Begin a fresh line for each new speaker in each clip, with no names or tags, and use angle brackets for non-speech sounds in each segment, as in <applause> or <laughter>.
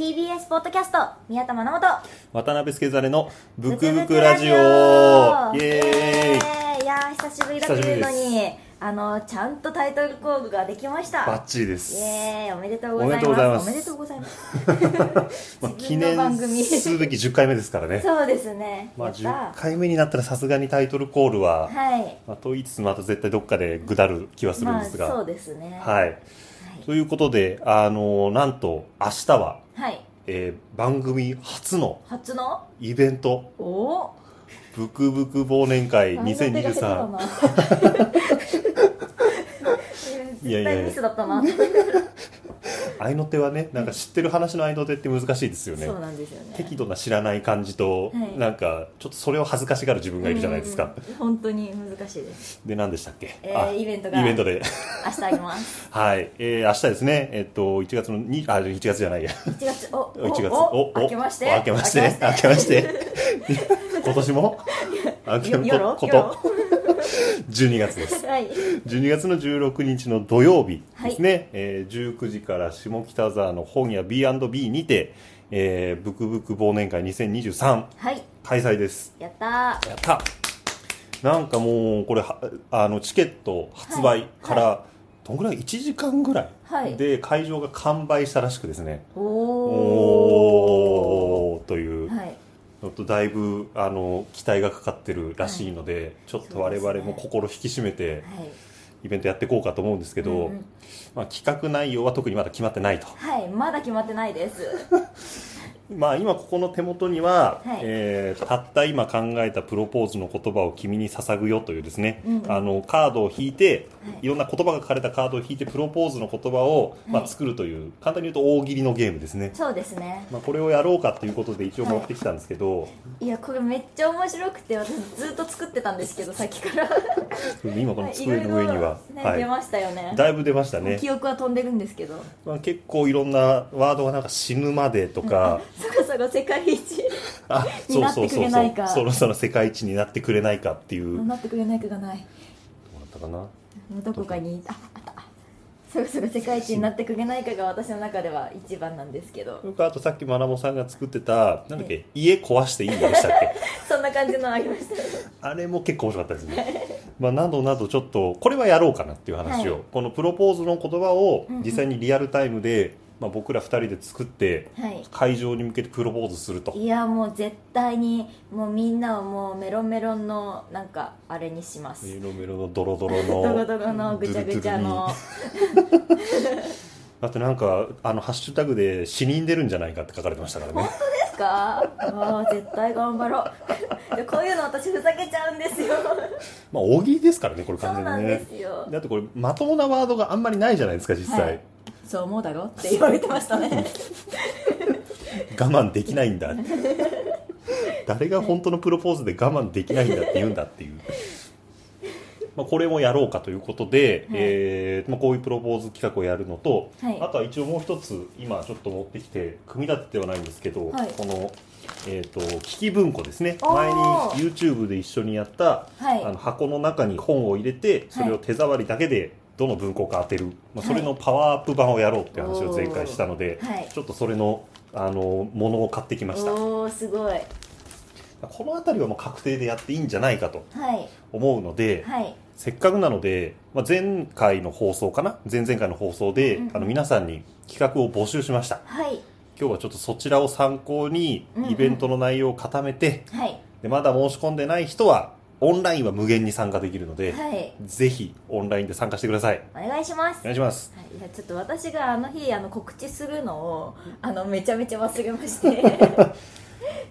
イスポッドキャスト宮田真と
渡辺助ザレのブクブク
ク
ラジオイ
イ
エーイ
エーイいやー久しぶりだというのにあのちゃんとタイトルコールができました
バッチリです
イエーイおめでとうございます
おめでとう
おめでとうございます
<laughs> まあ、
自
記
分の
念
番組
すべき10回目ですからね
そうですね
まあ
やった
10回目になったらさすがにタイトルコールは、
はい
まあ、と言いつつまた絶対どっかでぐだる気はするん
まあ
ですが、
そうですね
はい、ということであのなんと明日は、
はい
えー番組初の
初の
イベント
おお
ブクブク忘年会2023 <laughs> い
絶
やいやい
対
や
ミスだったな
合いの手はねなんか知ってる話の合いの手って難しいですよね
そうなんですよね
適度な知らない感じと、
はい
なんかちょっとそれを恥ずかしがる自分がいるじゃないですか、
うんうん本当に難しいです
で何でしたっけ、
えー
あ
イベントが
イベントで <laughs>
明日あります
はい、えー明日ですねえっと1月のにあ1月じゃないや
1月お
1月
おお明けまして
お明けまして明けまして
<laughs>
今年も明け
よよろ
ここ
よろ
と12月です
はい
12月の16日の土曜日ですね、えー19時から下北沢の本屋 B&B にて、えー、ブクブク忘年会2023
はい
開催です
やった
やったなんかもうこれはあのチケット発
は
売
い
から、どんぐらい1時間ぐら
はい
いで会場が完売したらしくですね、
ー
お
お
おーという、
ーはい
ちょっとだいぶあの期待がかかってるらしいので、ちょっと我
そう
々
ですね
も心引き締めて
はい
イベントやっていこうかと思うんですけど、
うんうん
まあ、企画内容は特にまだ決まってないと、
はいまだ決まってないです
まあ、今ここの手元には、
はい
えーたった今考えたプロポーズの言葉を君に捧ぐよというですね、
うんうん
あのカードを引いて、
はい
い、ろんな言葉が書かれたカードを引いてプロポーズの言葉を、ま
は
あ、
い
作るという、簡単に言うと大喜利のゲームですね、
そうですね
まあ、これをやろうかということで一応持ってきたんですけど、
いやこれめっちゃ面白くて私ずっと作ってたんですけどさっきから
今この机の上には、
いろいろね出ましたよね
だいぶ出ましたね、
記憶は飛んでるんですけど
まあ、結構いろんなワードがなんか死ぬまでとか、
そこそこ世界一
あ
に
そう
なっ
そ
て
う
く
そ
れ
う
な
そ
いうか
そろそろ世界一になってくれないかっていう、ど
なってくれないかがないう
だったかな
どこかにああったそろそろ世界一になってくれないかが私の中では一番なんですけど
僕あとさっきまなもさんが作ってたなんだっけ家壊していいよでしたっけ <laughs>
そんな感じのありました
あれも結構面白かったです
<laughs>
ねまあなどなどちょっとこれはやろうかなっていう話を、
はい
このプロポーズの言葉を
うんうん
実際にリアルタイムで、まあ、僕ら2人で作って
はい
会場に向けてプロポーズすると
いやもう絶対にもうみんなをもうメロンメロンのなんかあれにします
メロメロのドロドロ
ド
の
ロドロのぐちゃぐちゃの
あとなんかあのハッシュタグで「死人出るんじゃないか」って書かれてましたからね
ですか <laughs> あー絶対頑張ろういやこういうの私ふざけちゃうんですよ
まあ大喜利ですからねこ
<laughs>
れ
そう
完
なん
全に
で
ね
すよ
だってこれまともなワードがあんまりないじゃないですか実際、
はいそう思うだろって言われてましたね
我慢できない
<laughs>
んだ誰が本当のプロポーズで我慢できないんだって言うんだっていうまあこれもやろうかということで、
はい
えーまあ、こういうプロポーズ企画をやるのと、
はい
あとは一応もう一つ今ちょっと持ってきて組み立ててはないんですけど、
はい
この、えー、と聞き文庫ですね
おー
前に YouTube で一緒にやった、
<laughs> はい
あの箱の中に本を入れてそれを手触りだけでどの文庫か当てる、まあ、それのパワーアップ版をやろうっていう話を前回したので、
はい
ちょっとそれのあのものを買ってきましたこ
おおすごいはい
の辺りはもう確定でやっていいんじゃないかと思うので、
はい
せっかくなので、まあ、前回の放送かな前々回の放送で、
うん
あの皆さんに企画を募集しました
はい
今日はちょっとそちらを参考に
うんうん
イベントの内容を固めて、
はい
でまだ申し込んでない人はオンラインは無限に参加できるので、
はい
ぜひオンラインで参加してください
お願いします
お願いします
はいいやちょっと私があの日あの告知するのをあのめちゃめちゃ忘れまして
<laughs>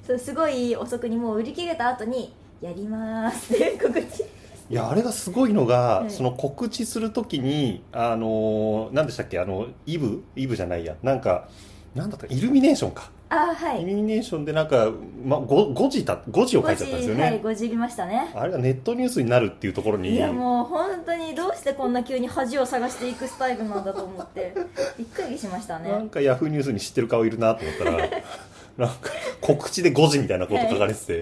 そうすごい遅くにもう売り切れた後に「やります」って告知
いやあれがすごいのが、
はい
その告知するときにあのー何でしたっけあのイブイブじゃないやなんかなんだったかイルミネーションか、
あは
イ
い
ルミネーションでなんか、ま、5, 時た5時を書いちゃったんですよね、
はいごじりましたね
あれがネットニュースになるっていうところに
いやもう本当にどうしてこんな急に恥を探していくスタイルなんだと思ってびっくりしました
な
ね
んかヤフーニュースに知ってる顔いるなと思っ
<laughs>
たらなんか告知で5時みたいなこと書かれてて、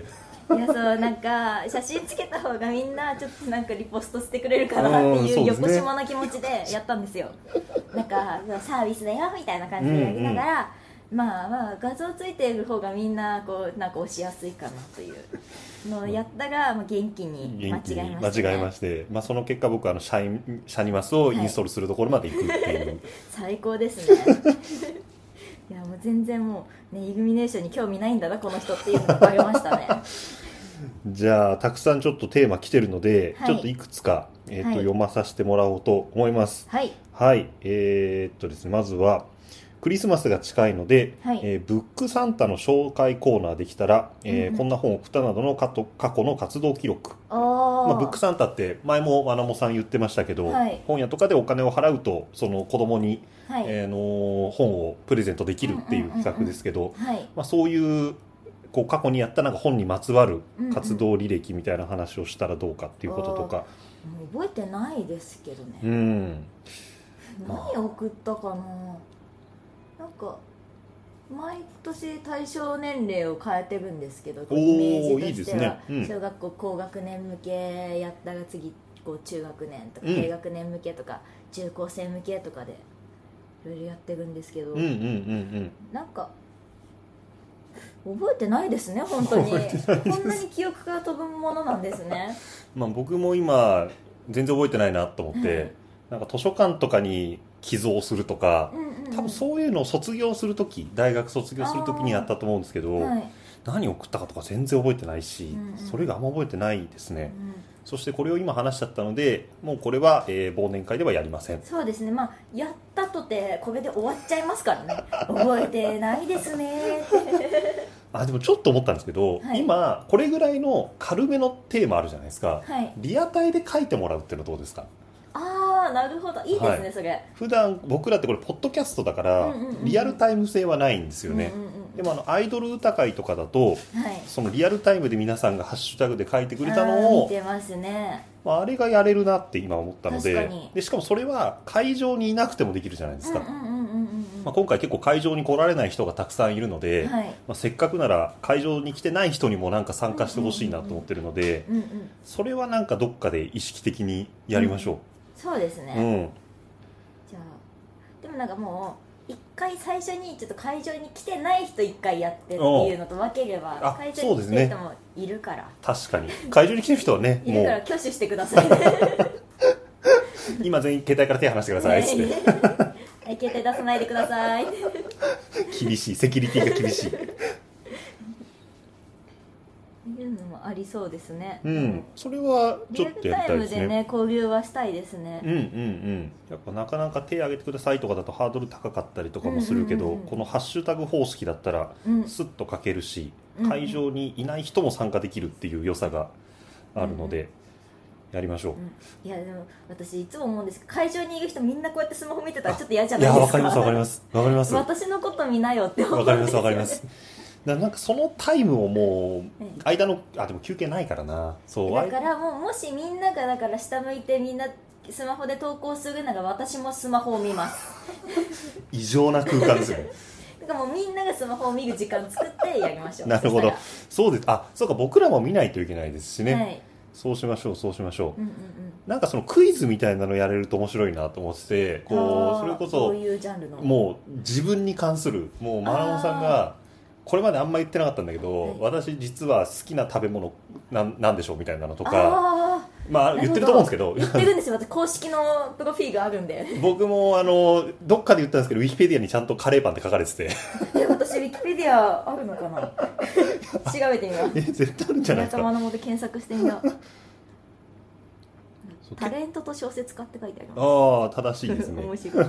いやそうなんか写真つけた方がみんなちょっとなんかリポストしてくれるかな
う
っ
ん
てい
そううです
横
ね <laughs>
島な気持ちでやったんですよなんかサービスだよみたいな感じでやりながら、まあまあ画像ついてる方がみんなこうなんか押しやすいかなというのをやったら、まあ、元気に間
元気
違え
に
ま
間
した、ね、
違えまして、まあ、その結果僕あのシャイシャニマスをインストールするところまで行くっていう、
最高ですね <laughs> いやもう全然もう、ね、イルミネーションに興味ないんだなこの人っていうのが分かりましたね
じゃあたくさんちょっとテーマ来てるので、
はい
ちょっといくつか、えーと
はい
読まさせてもらおうと思います
はい
はいえーっとですねまずはクリスマスが近いので、
はい
えーブックサンタの紹介コーナーできたら、えー
うんうん
こんな本を送ったなどの過去過去の活動記録
お
ま
ー
あ、ブックサンタって前もアナモさん言ってましたけど、
はい
本屋とかでお金を払うとその子供に、
はい、
えーのー本をプレゼントできるっていう企画ですけど、
はい
まあ、そういうこう過去にやったなんか本にまつわる活動履歴みたいな話をしたらどうかっていうこととか、
もう覚えてないですけどね、
うんまあ
何送ったかななんか毎年対象年齢を変えてるんですけど
おー
イメージとしてはい
いですねうん
小学校高学年向けやったら次こう中学年とか
うん
低学年向けとか、中高生向けとかでいろいろやってるんですけど、
うんうんうん
なんか覚えてないですね本当に
覚えてないです
こんなに記憶が飛ぶものなんですね
うん、まあ、僕も今全然覚えてないなと思って、
うん
なんか図書館とかに寄贈するとか
うんうん、うん、
多分そういうのを卒業するとき大学卒業するときにやったと思うんですけど、
はい
何送ったかとか全然覚えてないし、
うんうん
それがあんま覚えてないですね、
うん
そしてこれを今話しちゃったのでもうこれは、えー忘年会ではやりません
そうですねまあやったとてこれで終わっちゃいますからね
<laughs>
覚えてないですねって
あでもちょっと思ったんですけど、
はい
今これぐらいの軽めのテーマあるじゃないですか
はい
リアタイで書いてもらうっていうのはどうですか
ああなるほどいいですね、
はい
それ
普段僕らってこれポッドキャストだから、
うんうんうん
リアルタイム性はないんですよね、
うんうんうん
でもあのアイドル歌会とかだと
はい
そのリアルタイムで皆さんがハッシュタグで書いてくれた
あー
の
見
を
てますね
まあ、あれがやれるなって今思ったの
確
で
かに
でしかもそれは会場にいなくてもできるじゃないですか、
うんうんうんうんうん
まあ、今回結構会場に来られない人がたくさんいるので、
はい
まあ、せっかくなら会場に来てない人にもなんか参加してほしいなと思ってるので、
うんうん
それはなんかどっかで意識的にやりましょ
そうです
う、うん
ね、じゃあでもなんかもう一回最初にちょっと会場に来てない人一回やってっていうのと分けれ
あ
ば会場に
そう
来
です
てる
ね
人もいるから、
確かに会場に来てる人はね
い
も
るから
う
挙手してくだ
<laughs>
さい
今全員携帯から手離してくださいっつっ
ね <laughs>
て
はい携帯出さないでください
厳しいセキュリティが厳しい
いうのもありそうですね。
うんそれはち
リ
ょ
ア
っ
ル
とや
タ
り
イ
たい
ム
です
で
ね
ね交流はしたいですね
うん。うんうんやっぱなかなか手挙げてくださいとかだとハードル高かったりとかもするけど、
うんうんうんうん
このハッシュタグ方式だったら
うん。
スッと書けるし、
うん
会場にいない人も参加できるっていう良さがあるので、やりましょう、
いやでも私いつも思うんですけど会場にいる人みんなこうやってスマホ見てたらちょっと嫌じゃ
い
ない
や
で
わ
すか。
かりますわかりますわかりますわ
私のこと見なよって思う。
かりますわかりますななんかそのタイムをもう
うん
間のあでも休憩ないからなそうあ
だ
い
からもうもしみんながだから下向いてみんなスマホで投稿するなら私もスマホを見ます。
異常な空間です
<laughs>
よね
だからもうみんながスマホを見る時間作ってやりましょう。
なるほど
そし
そうですあそうか僕らも見ないといけないですしたね、
らはい。
そうしましょうそうしましょう、
うんうんうん。
なんかそのクイズみたいなのやれると面白いなと思っててこ
あー
うそれこ
ど
そう
いうジャンルの。
もう自分に関するもうマラオンさんがこれまであんま言ってなかったんだけど、
はい
私実は好きな食べ物なんなんでしょうみたいなのとか
ああ。
まあ言ってると思うんですけど
言ってるんですよ私公式のプロフィールがあるんで
僕もあのどっかで言ったんですけどウィキペディアにちゃんとカレーパンって書かれて <laughs> て
え私ウィキペディアあるのか
<laughs>
な調べてみよう
え絶対あるんじゃな
宮
いです
田ま
か
なもで検索してみ
<laughs>
よう
そう
タレントと小説家って書いてあります
ああ正しい <laughs> ですね
面白い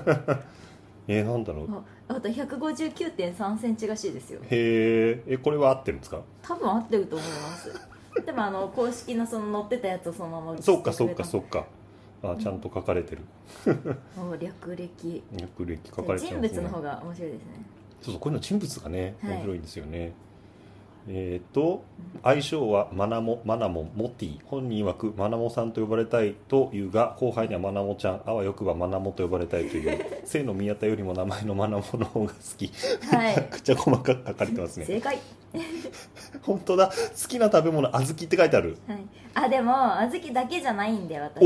えー、なんだろう
あ <laughs> あと159.3センチらしいですよ
へーえこれは合ってるんですか
多分合ってると思いますでもあの公式のその載ってたやつをそのまま
そうかそうかそううかあちゃんと書かれてる
略歴
略歴書かれて
人
ますね
物の方が面白いですね
<laughs> そうそうこういうの人物がね
はい
面白いんですよね、えっ、と愛称はマナモマナモンモティ本人曰くマナモさんと呼ばれたいというが後輩にはマナモちゃんあわよくばマナモと呼ばれたいという <laughs> 姓の宮田よりも名前のマナモの方が好き
は
めちゃ
い
くちゃ細かく書かれてますね
正解
本当だ好きな食べ物小豆って書いてある
はいあでも小豆だけじゃないんで
お
私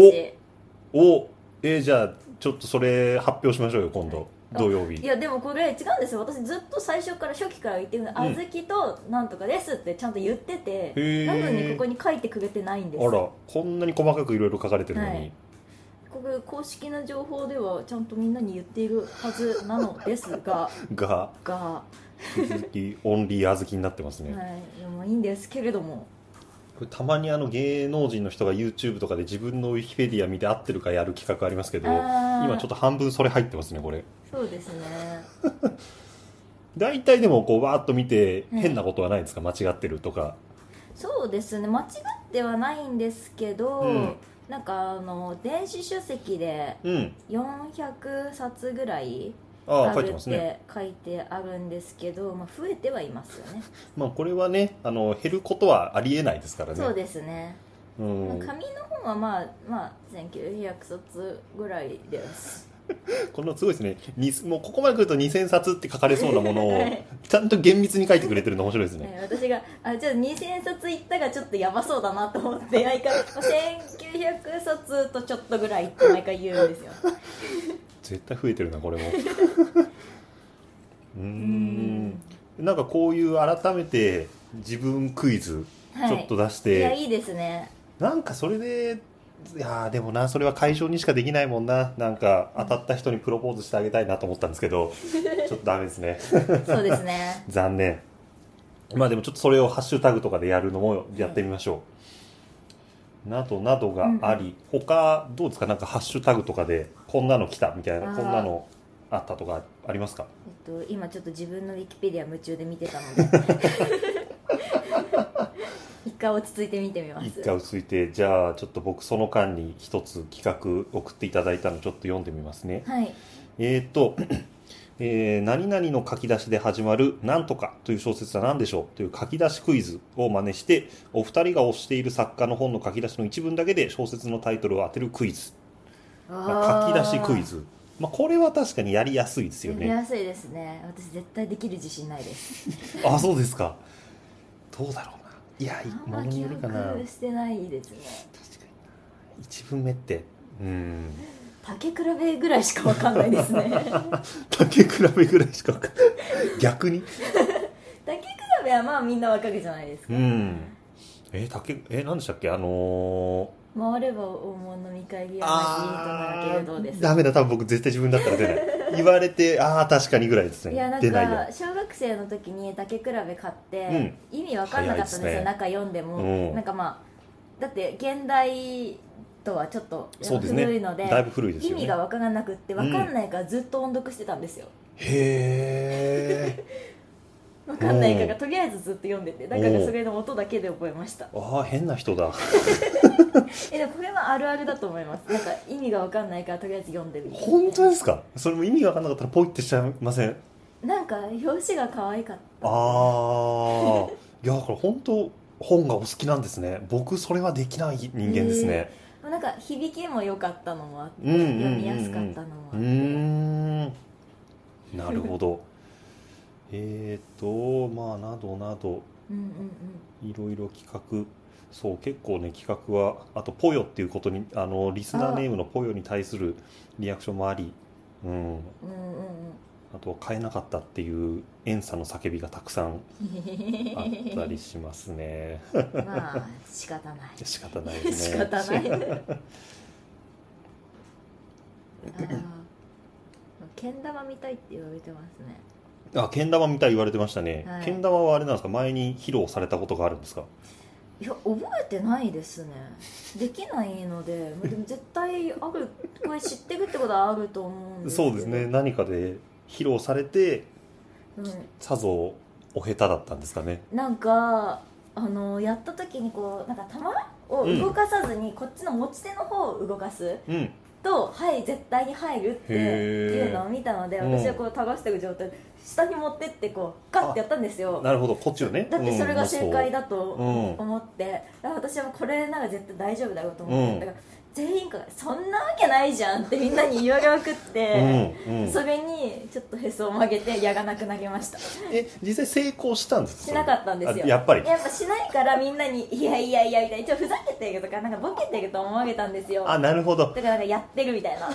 おえーじゃあちょっとそれ発表しましょうよ今度
あ
土曜
い
日
やでもこれ違うんですよ私ずっと最初から初期から言ってるの
う
あ
ん
ずきとなんとかですってちゃんと言ってて
へー
なのにここに書いてくれてないんです
あらこんなに細かくいろいろ書かれてるのに、
はいこれ公式な情報ではちゃんとみんなに言っているはずなのですが
<laughs> が
が、は
引き続きオンリー小豆になってます
い、
ね、
いやもういいんですけれども
これたまにあの芸能人の人が YouTube とかで自分のウィキペディア見て合ってるかやる企画ありますけど
あー
今ちょっと半分それ入ってますねこれ
そうですね
大体でもこうわーっと見て
はい
変なことはないですか、間違ってるとか
そうですね間違ってはないんですけど、
うん
なんかあの電子書籍で
うん
400冊ぐらい
ああ
あ
書い
る
て
っ
ますね
て書いてあるんですけど、まあ、増えてはいますよね
まあこれはねあの減ることはありえないですからね
そうですね、
うん、
まあ紙の本はまあ、まあ、1900冊ぐらいです
このすごいですねにもうここまで来ると2000冊って書かれそうなもの
<laughs> は
を
い
ちゃんと厳密に書いてくれてるの面白いですね
ね私があちょっと2000冊いったがちょっとやばそうだなと思って毎回まあ1900冊とちょっとぐらいって毎回言うんですよ
絶対増えてるなこれも
<laughs>
うー
うん
なんかこういう改めて自分クイズ
はい
ちょっと出し
い
て、
やいいですね
なんかそれでいやーでもなそれは解消にしかできないもんななんか当たった人にプロポーズしてあげたいなと思ったんです
<laughs>
けどちょっとダメですね
そうですね
残念まあでもちょっとそれをハッシュタグとかでやるのもやってみましょう、などなどがあり、他どうですかなんかハッシュタグとかでこんなの来たみたい
あ
な
ー
こんなのあったとかありますか
えっと、今ちょっと自分のウィキペディア夢中で見てたの
<laughs>
で一回落ち着いて見てみます
一回落ち着いてじゃあちょっと僕その間に一つ企画送っていただいたのちょっと読んでみますね
はい
えー、と、 <clears throat> えー何々の書き出しで始まる「なんとか」という小説は何でしょうという書き出しクイズを真似してお二人が推している作家の本の書き出しの一文だけで小説のタイトルを当てるクイズ、まあ書き出しクイズ、まあ、これは確かにやりやすいですよ
やり
ね
やすいですね私絶対できる自信ないです
あそうですかどうだろうないや
あんま
ものに
記
よる
憶
かな確かに
してないですね
な一文目ってうん
竹比べぐらいしかわかんないです
<laughs>
ね
竹比べぐらいしかわかん
<laughs>
逆に
竹比べはまあみんなわかるじゃないですか、
うんえー竹えー、何でしたっけあのー
回れば大物見返りやなきとならけれどです
ダメだ多分僕絶対自分だったら出ない言われてああ確かにぐらいですね
いやなん
出ないや
か小学生の時に竹比べ買って、
うん
意味わかんなかったんですよ
早いですね
中読んでも、
うん
なんかまあだって現代とはちょっと
そうですね
古いので
だいぶ古いです
意
よね
味がわからなくってわかんないからずっと音読してたんですよ、
へえ
わかんないからとりあえずずっと読んでてだからそれの音だけで覚えました
ああ変な人だ
えでもこれはあるあるだと思いますなんか意味がわかんないからとりあえず読んでみる
本当ですかそれも意味が分かんなかったらポイってしちゃいません
なんか表紙が可愛かっ
ああいやだから本当本がお好きなんですね僕それはできない人間ですね
たなんか響きも良かったのもあって、
うんうんうんうん
読みやすかったのもあ
う
っ
ー
て、
んなるほどえっとまあなどなど
うんうんうん
いろいろ企画そう結構ね企画はあとポヨっていうことにあのリスナーネームのポヨに対するリアクションもありうん
うんうんうん
あとは買えなかったっていうエンサの叫びがたくさんあったりしますね <laughs>
まあ仕方ない
仕方ないです
<laughs> 仕
ね
方ないあーけん玉見たいって言われてますね
<laughs> あけん玉みたい言われてましたね、
はい
けん玉はあれなんですか前に披露されたことがあるんですか
いや覚えてないですねできないのでまあでも絶対あるこれ知ってるってことはあると思うんですけど
そうですね、何かで披露されて
う
さぞお下手だったんですかね
ん、なんかあのやった時にこうなんか玉を動かさずに、こっちの持ち手の方を動かす
うん
と「はい絶対に入る」って
へー
いうのを見たので
うん
私はこう垂らしてる状態で下に持ってってこうガッてやったんですよ
なるほどこっちをね
だってそれが正解
だ
だと
うん
思って、あ私はこれなら絶対大丈夫だろうと思って、
うん
だから全員から「そんなわけないじゃん」ってみんなに言われまくって、
うんうん
それにちょっとへそを曲げて矢がなくなりました
え実際成功したんです
しなかったんですよ
あやっぱり
やっぱしないからみんなに「いやいやいや」みたいな一応ふざけてるとかなんかボケてると思われたんですよ
あなるほど
だからなんかやってるみたいな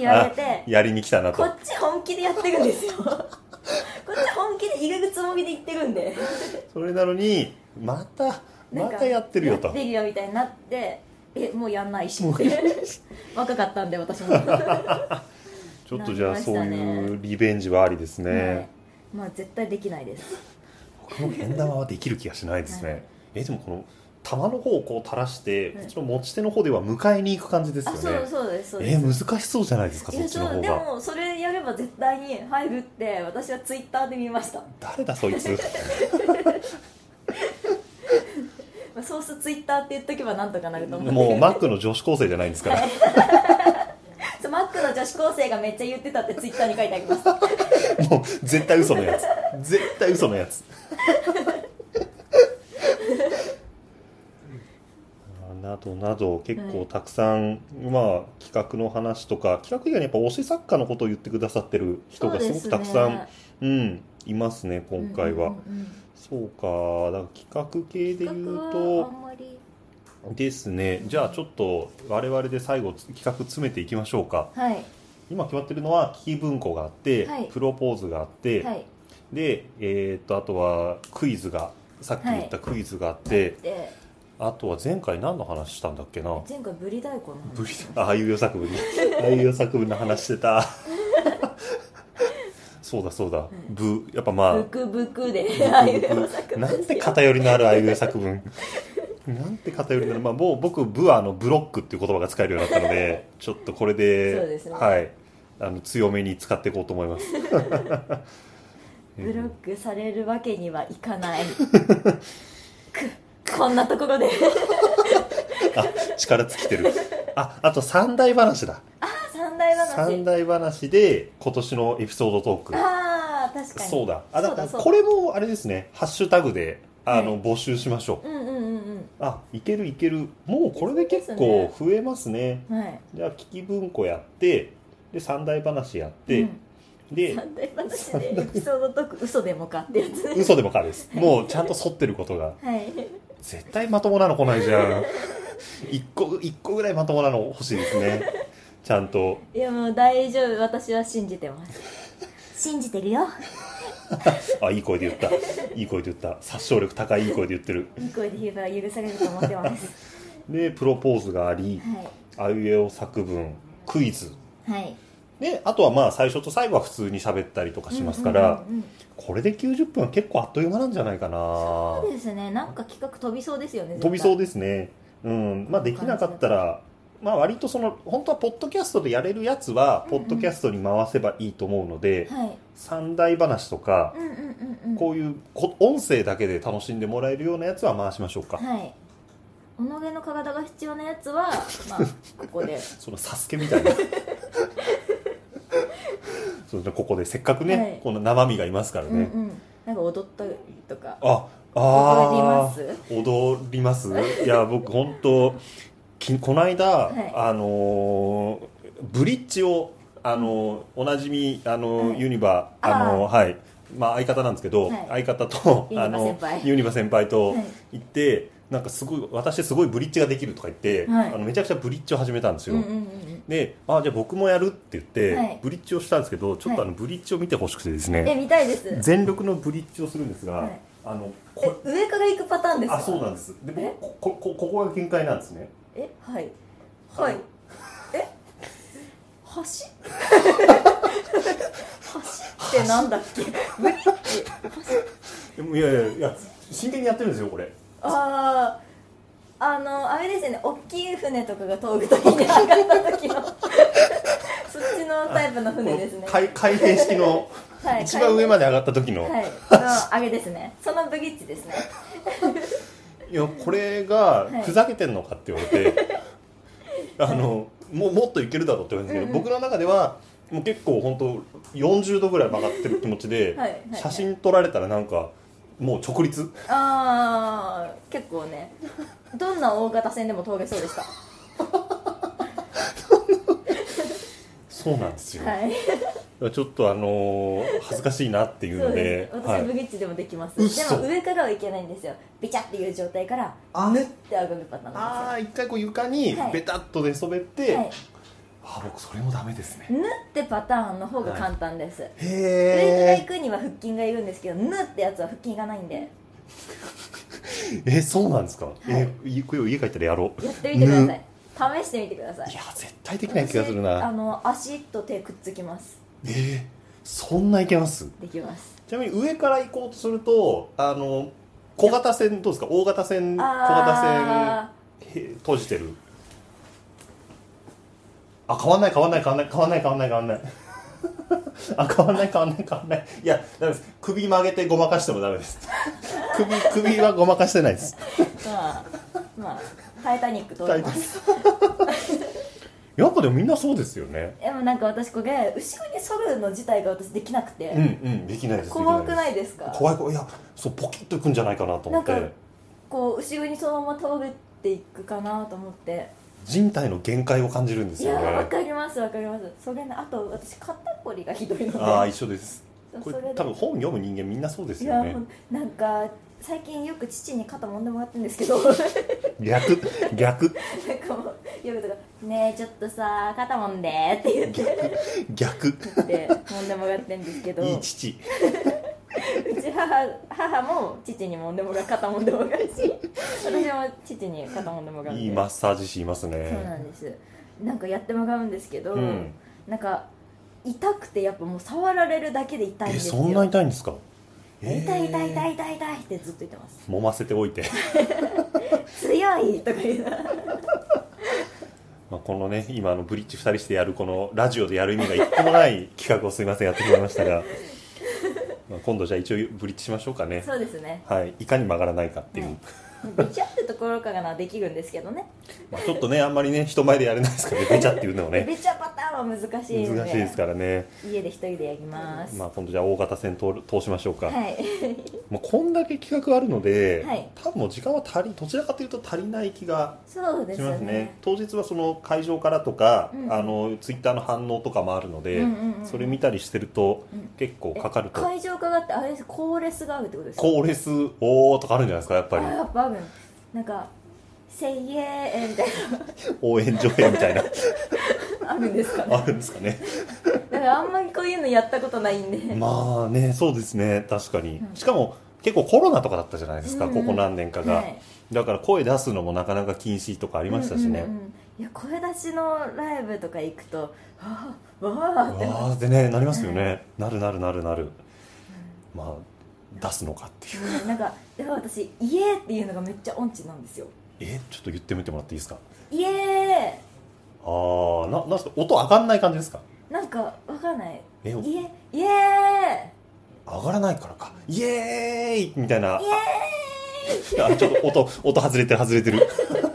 言われ
<laughs> あ
て
やりに来たな
ことっち本気でやってるんですよこっち本気で入れるつもりで言ってるんで
それなのにまた
なん
ま
か
たやってるよ
や
と
ってるよみたいになってえもうやんないし
も
っ
うや
て <laughs> 若かったんで私も
ちょっとじゃ
なり
あ
まし
そう
たね
いうリベンジはありですね、
はいまあ絶対できないです
この円玉はできる気がしないですね、
はい
えでもこの玉の方をこう垂らして、
はい
こっちの持ち手の方では迎えに行く感じですよ
あ
ね
そうそうですそうで
え
す
難しそうじゃないですか
い
そっ
や
ちの
そう
方
で
が
もそれやれば絶対に入るって私はツイッターで見ました、ま
誰だそいつ
あ、ソースツイッターって言っとけばなんとかなると思う
もうマックの女子高生じゃないんですから
そうマックの女子高生がめっちゃ言ってたってツイッターに書いてあります
もう絶対嘘のやつ絶対嘘のやつなどなど結構たくさん、まあ企画の話とか企画以外にやっぱ推し作家のことを言ってくださってる人がすごくたくさんう、ん、いますね今回は、
うんうんうん
そうかだから企画系で言
企
う
画はあ
と
んまり
ですねじゃあちょっと我々で最後企画詰めていきましょうか
はい
今決まってるのはキー文庫があって、
はい
プロポーズがあって、
はい
で、えー、とあとはクイズがさっき言ったクイズがあって、
で
あとは前回何の話したんだっけな
前回ブリ大根の話
ブリああいう予作
<laughs>
文ねああいう予作文の話してたそうだそうだ、
ん
ブやっぱまあ
ブクブクで <laughs> ああいう
ブブなんて偏りのあるあいうえお作文なんて偏りのある、まあ、もう僕「ブ」はあのブロックっていう言葉が使えるようになったので
<laughs>
ちょっとこれで
そうですね
はい、あの強めに使っていこうと思
<laughs>
います <laughs>
ブロックされるわけにはいかない <laughs> くこんなところで <laughs>
あ力尽きてるああと三大話だ
三大
三
話
大話で今年のエピソードトーク
ああ確かに
そうだあだから
そうだ
これもあれですねハッシュタグであの、
はい
募集しましょう
うんうんうん
あいけるいけるもうこれで結構増えますね
うんはい
じゃあ聞き文庫やってで三大話やって、
うん
で
三大話でエピソードトーク嘘でもかってやつ
嘘でもかですもうちゃんと反ってることが
はい
絶対まともなの来ない
<laughs>
じゃん一個一個ぐらいまともなの欲しいですねちゃんと
いやもう大丈夫私は信じてます信じてるよ
あいい声で言ったいい声で言った殺傷力高いいい声で言ってる
いい声で言えば許されると思ってます
<laughs> でプロポーズがあり
は
あいうえお作文クイズ
いはい
であとはまあ最初と最後は普通に喋ったりとかしますから、
うんうんうんうん
これで90分は結構あっという間なんじゃないかな
そうですねなんか企画飛びそうですよね
飛びそう
で
ですね、うんまあ、できなかったら、まあ、割とその本当はポッドキャストでやれるやつは
うんう
ポ
ん
ッドキャストに回せばいいと思うので、
はい
三大話とか
うんうんうんうん
こういうこ音声だけで楽しんでもらえるようなやつは回しましょうか、
はい己の体が必要なやつ
<laughs>
はまあここで
そのサスケ
<laughs>
みたいなそうねここでせっかくね、
はい
この生身がいますからね、
うんうんなんか踊ったりとか
ああ
踊ります
踊りますいや僕本当きこの間、
い
あのーブリッジをあのーおなじみあのー、
はい
ユニバ
あー
あのーはいまあ相方なんですけど、
はい
相方と
ユニバ
あの
先輩
ユニバ先輩と
はい
行って、なんかすごい私すごいブリッジができるとか言って、
はい
あのめちゃくちゃブリッジを始めたんです
う
よ、
んうんうん
であじゃあ僕もやるって言って、
はい
ブリッジをしたんですけどちょっとあのブリッジを見てほしくてですね、
え見たいです
全力のブリッジをするんですが、
はい
あのこ
え上から行くパターンですか
あそうなんですで僕
え
こここここが限界なんですね
えはいはい
あの
え橋 <laughs> 橋ってなんだっけブリッジ
でもいやいやいや真剣にやってるんですよこれ
あああのあれですよね大きい船とかが通るときに上がった
<laughs>
時のそっちのタイプの船ですね
この開開閉式の
<laughs> はい
一番上まで上がった時の、
はいのあれですねそのブリッジですね
い、やこれが
はい
ふざけてんのかって言われて、
<laughs>
あのもうもっといけるだろうって言われ
う
るんですけど、
んうん
僕の中ではもう結構本当40度ぐらい曲がってる気持ちで
はいはいはい
写真撮られたらなんかもう直立
ああ結構ねどんな大型船でも通れそうでした
そうなんですよ、
はい
ちょっとあのー恥ずかしいなっていう
そう
の
で
ですは
私ブ
い、
ギッチでもできます、
嘘
でも上からはいけないんですよビチャっていう状態から
あれ
って上がるパターン
あ
なん
あ一回こう床に
はい
ベタっと寝そべっ
です
て、
よ、はい、
あ僕それもダメですね
縫ってパターンの方が簡単です、上から行
へ
くには腹筋がいるんですけど縫ってやつは腹筋がないんで
ーえそうなんですか、えいこれを家帰ったらやろう
やってみてください試してみてくださ
い
い
や絶対できない気がする
私あ
な
の足と手くっつきます
えーそんないけます
できます
ちなみに上から行こうとするとあの小型船どうですか大型船小型
あ
船へ閉じてるあ変わんない変わんない変わんない変わんない変わんない変わんないあ変わんない変わんない変わんないいやダメです首曲げてごまかしてもダメです <laughs> 首首はごまかしてないです
ーまあまあタイタニック通
大
り
丈夫
ま
ですすやっぱでもみんなそうですよね
でもなんか私これ後ろに反るの自体が私できなくて、
うんうんできないです
怖くない
でき
ですか
です怖い怖いいやそうポキッといくんじゃないかなと思って
なんかこう後ろにそのまま倒れていくかなと思って
人体の限界を感じるんで
い
す
や
よ
ーわ
ね
かりますわかりますそれねあと私肩こりがひどいので <laughs>
ああ一緒です
そう
これ
それで
多分本読む人間みんなそうです
い
よ
や
ね
ほんなんか最近よく父に肩揉んでもらってるんですけ
<laughs>
どなん
逆逆
かもう夜とか「ねえちょっとさ肩揉んで」って言って
逆
言っ
<laughs>
て揉んでもらってるんですけど
いうい父
ち母母も父に揉んでもらう肩揉んでもらうし私も父に肩揉んでもらうんで
いいマッサージ師います
そうな
ね
んですなんかやってもらうんですけど、
うん
なんか痛くてやっぱもう触られるだけで痛いん
え
ですよ
そんな痛いんですかえー
痛い痛い痛い痛い痛いってずっと言ってます
揉ませておいて、 <laughs>
強いとか言いながら
まあ、このね今あのブリッジ2人してやるこのラジオでやる意味が一個もない企画をすいませんやってしまいました
<laughs>
が、まあ、今度じゃあ一応ブリッジしましょうかね
そうですね
はいいかに曲がらないかっていう、
はいビチャってところからなできるんですけどね
まあ、ちょっとねあんまりね人前でやれないですからねべちゃっていう
<laughs>
のをね
ビチャパターンは難しいので
難しいですからね
家で一人でやります、
まあ、今度じゃあ大型船通る通しましょうか、
はい <laughs>
もうこんだけ企画あるので、
はい
多分もう時間は足りどちらかというと足りない気が
そうで
し
す
ますね
ね
当日はその会場からとか、
うん
あのツイッターの反応とかもあるので、
うんうんうん
それ見たりしてると、
うん
結構
え
かかると
会場かかってあれですコーレスがあるってことですか
コーレスおーとかあるんじゃないですかやっぱ
あや
り
っぱあるなんか「せいえー」みたい
応援上映みたいな <laughs>
なあるんですかね
あるんですかね
だからあんまりこういうのやったことないんで、
まあねそうですね確かに、
うん
しかも結構コロナとかだったじゃないですか、
うんうん
ここ何年かが、
はい
だから声出すのもなかなか禁止とかありましたしね、
うんうんうんいや声出しのライブとか行くとわあわあってな
わーでねなりますよね、なるなるなるなるまあ出すのかっていう
うんなんかでも私「イエー」っていうのがめっちゃ音痴なんですよ
えちょっと言ってみてもらっていいですか
「イエ
あーななんですか音上がんない感じですか
ー」なんかわかんない「
え
イエー」「イエ
上がらないからかイエーイみたいな
ー」「イエ
あちょっと音音外れてる外れてる
ー」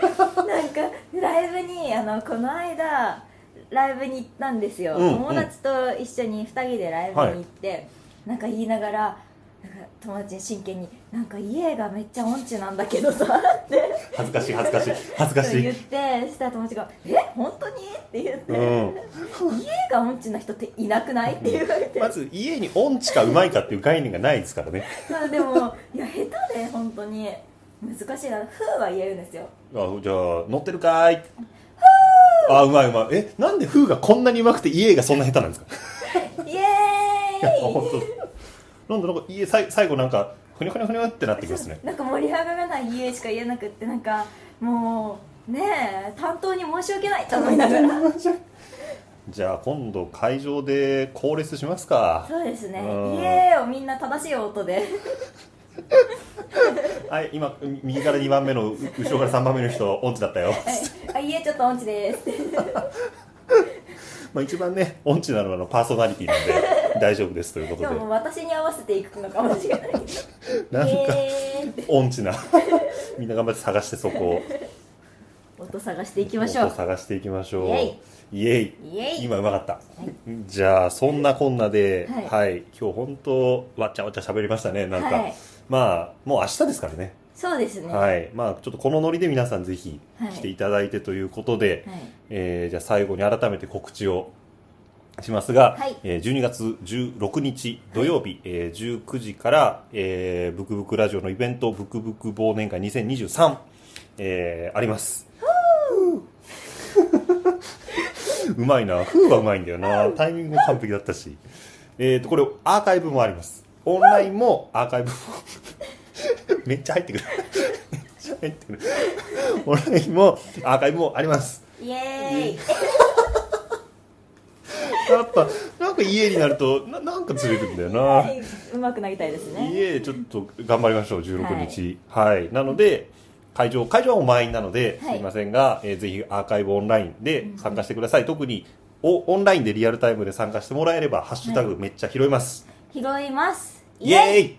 なんかライブにあのこの間ライブに行ったんですよ、
うんうん
友達と一緒に2人でライブに行って、なんか言いながらなんか友達に真剣に「なんかイエーがめっちゃ音痴なんだけどさ」って
恥ずかしい恥ずかしい恥ずかしい
言ってしたら友達が「え本当に?」って言って、
うん、
家が音痴な人っていなくないって言われて、
まず家に音痴かうまいかっていう概念がないですからね
まあでもいや下手で本当に難しいな「ふー」は言えるんです
<laughs>
よ
あじゃあ乗ってるかーいあうまいうまいえなんでフーがこんなにうまくてイエーがそんな下手なんですか
「イエ
いや
ーイ!
本当なんだなんか家最最後なんかふにゃふにゃふにゃってなってきますね」
なんか盛り上がらない「イエー」しか言えなくってなんかもうねえ担当に申し訳ないと思いながら
じゃあ今度会場でコーレスしますか
そうですね「イ
うん
エー」をみんな正しい音
<laughs>
で
はい今右から2番目のう後ろから3番目の人音痴だったよ、
はい「あイエーちょっと音痴
<laughs>
です」って
まあ、一番ね音痴なのはあのパーソナリティなんで大丈夫ですということ
で
で
も私に合わせていくのかもしれないけど
なん
イ
か
エーイって
音痴なみんな頑張って探してそこを
音探していきましょ
音
う
探していきましょう
イエ
イエイ
イエイ
今うまかった、じゃあそんなこんなで、は
はいい
今日本当わっちゃわっちゃ喋りましたねなんか、
はい
まあもう明日ですからね
そうですねはい、
はい、まあちょっとこのノリで皆さんぜひ来ていただいてということで、えーじゃあ最後に改めて告知をしますが、
はい
えー12月16日土曜日、えー19時から、えーブクブクラジオのイベント、ブクブク忘年会2023、えーあります。うまいな。ふーはうまいんだよな。タイミングも完璧だったし。えっ、と、これ、アーカイブもあります。オンラインもアーカイブも。 <laughs> めっちゃ入ってくる。めっちゃ入ってくる。オンラインもアーカイブもあります。
イエーイ
やっぱなんか家になるとななんかずれるんだよ
は
な。
い上手くなりたいですね
家ちょっと頑張りましょう16日はい、なので会場会場はもう満員なので、
はい
すいませんが、えーぜひアーカイブオンラインで参加してください、特におオンラインでリアルタイムで参加してもらえれば「ハッシュタグめっちゃ拾います」
拾います
イエー
イ
イ
イ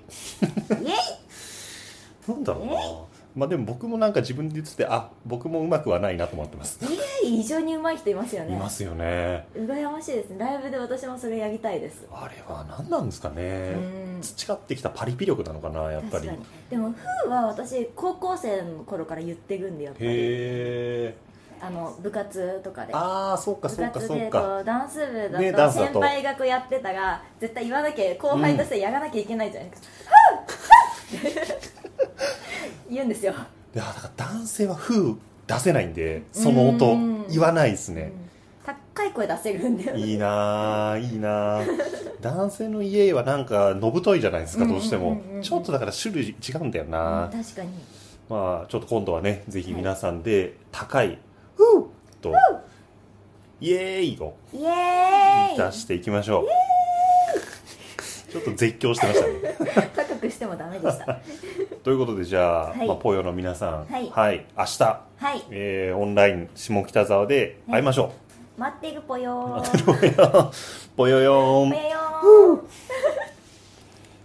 エ
なんだろうな、まあでも僕もなんか自分で言っててあ僕もうまくはないなと思ってます、
イイエーイ異常に上手い人いますよね
いますよね
羨ましいですねライブで私もそれやりたいです
あれは何なんですかね、
うん
培ってきたパリピ力なのかなやっぱ
確
り
かにでも「ふ」は私高校生の頃から言ってるんでやっぱり
へえ
あの部活とかで
ああそうか
部
そうか
活
そう
で
か
こうダンス部
ね
だ
ダ
と
ンスだ
先
と
輩がこうやってたら絶対言わなきゃ後輩としてやらなきゃいけないじゃないですか <laughs> 「ふうふう言うんですよ
いやだから男性は「ふう」出せないんでその
う
音
ん
言わないですね
うん高い声出せるんだよね
いいなあいいなあ <laughs> 男性の家はなんかのぶといじゃないですかどうして
うん
も
うんうんうん
ちょっとだから種類違うんだよ
うん
な
確かに
まあちょっと今度はねぜひ
はい
皆さんで高い「ふう」と「イエーイ」を
イエー
出
イ
していきましょうちょっと絶叫してましたね
<laughs> 高くしてもダメでした
ということでじゃあ、
はい
まあ、ポヨの皆さん
はい
明日、
はい
えーオンライン下北沢で会いましょ
待ってるぽよ
う、
ー
<laughs> ぽよよーん
ぽよよー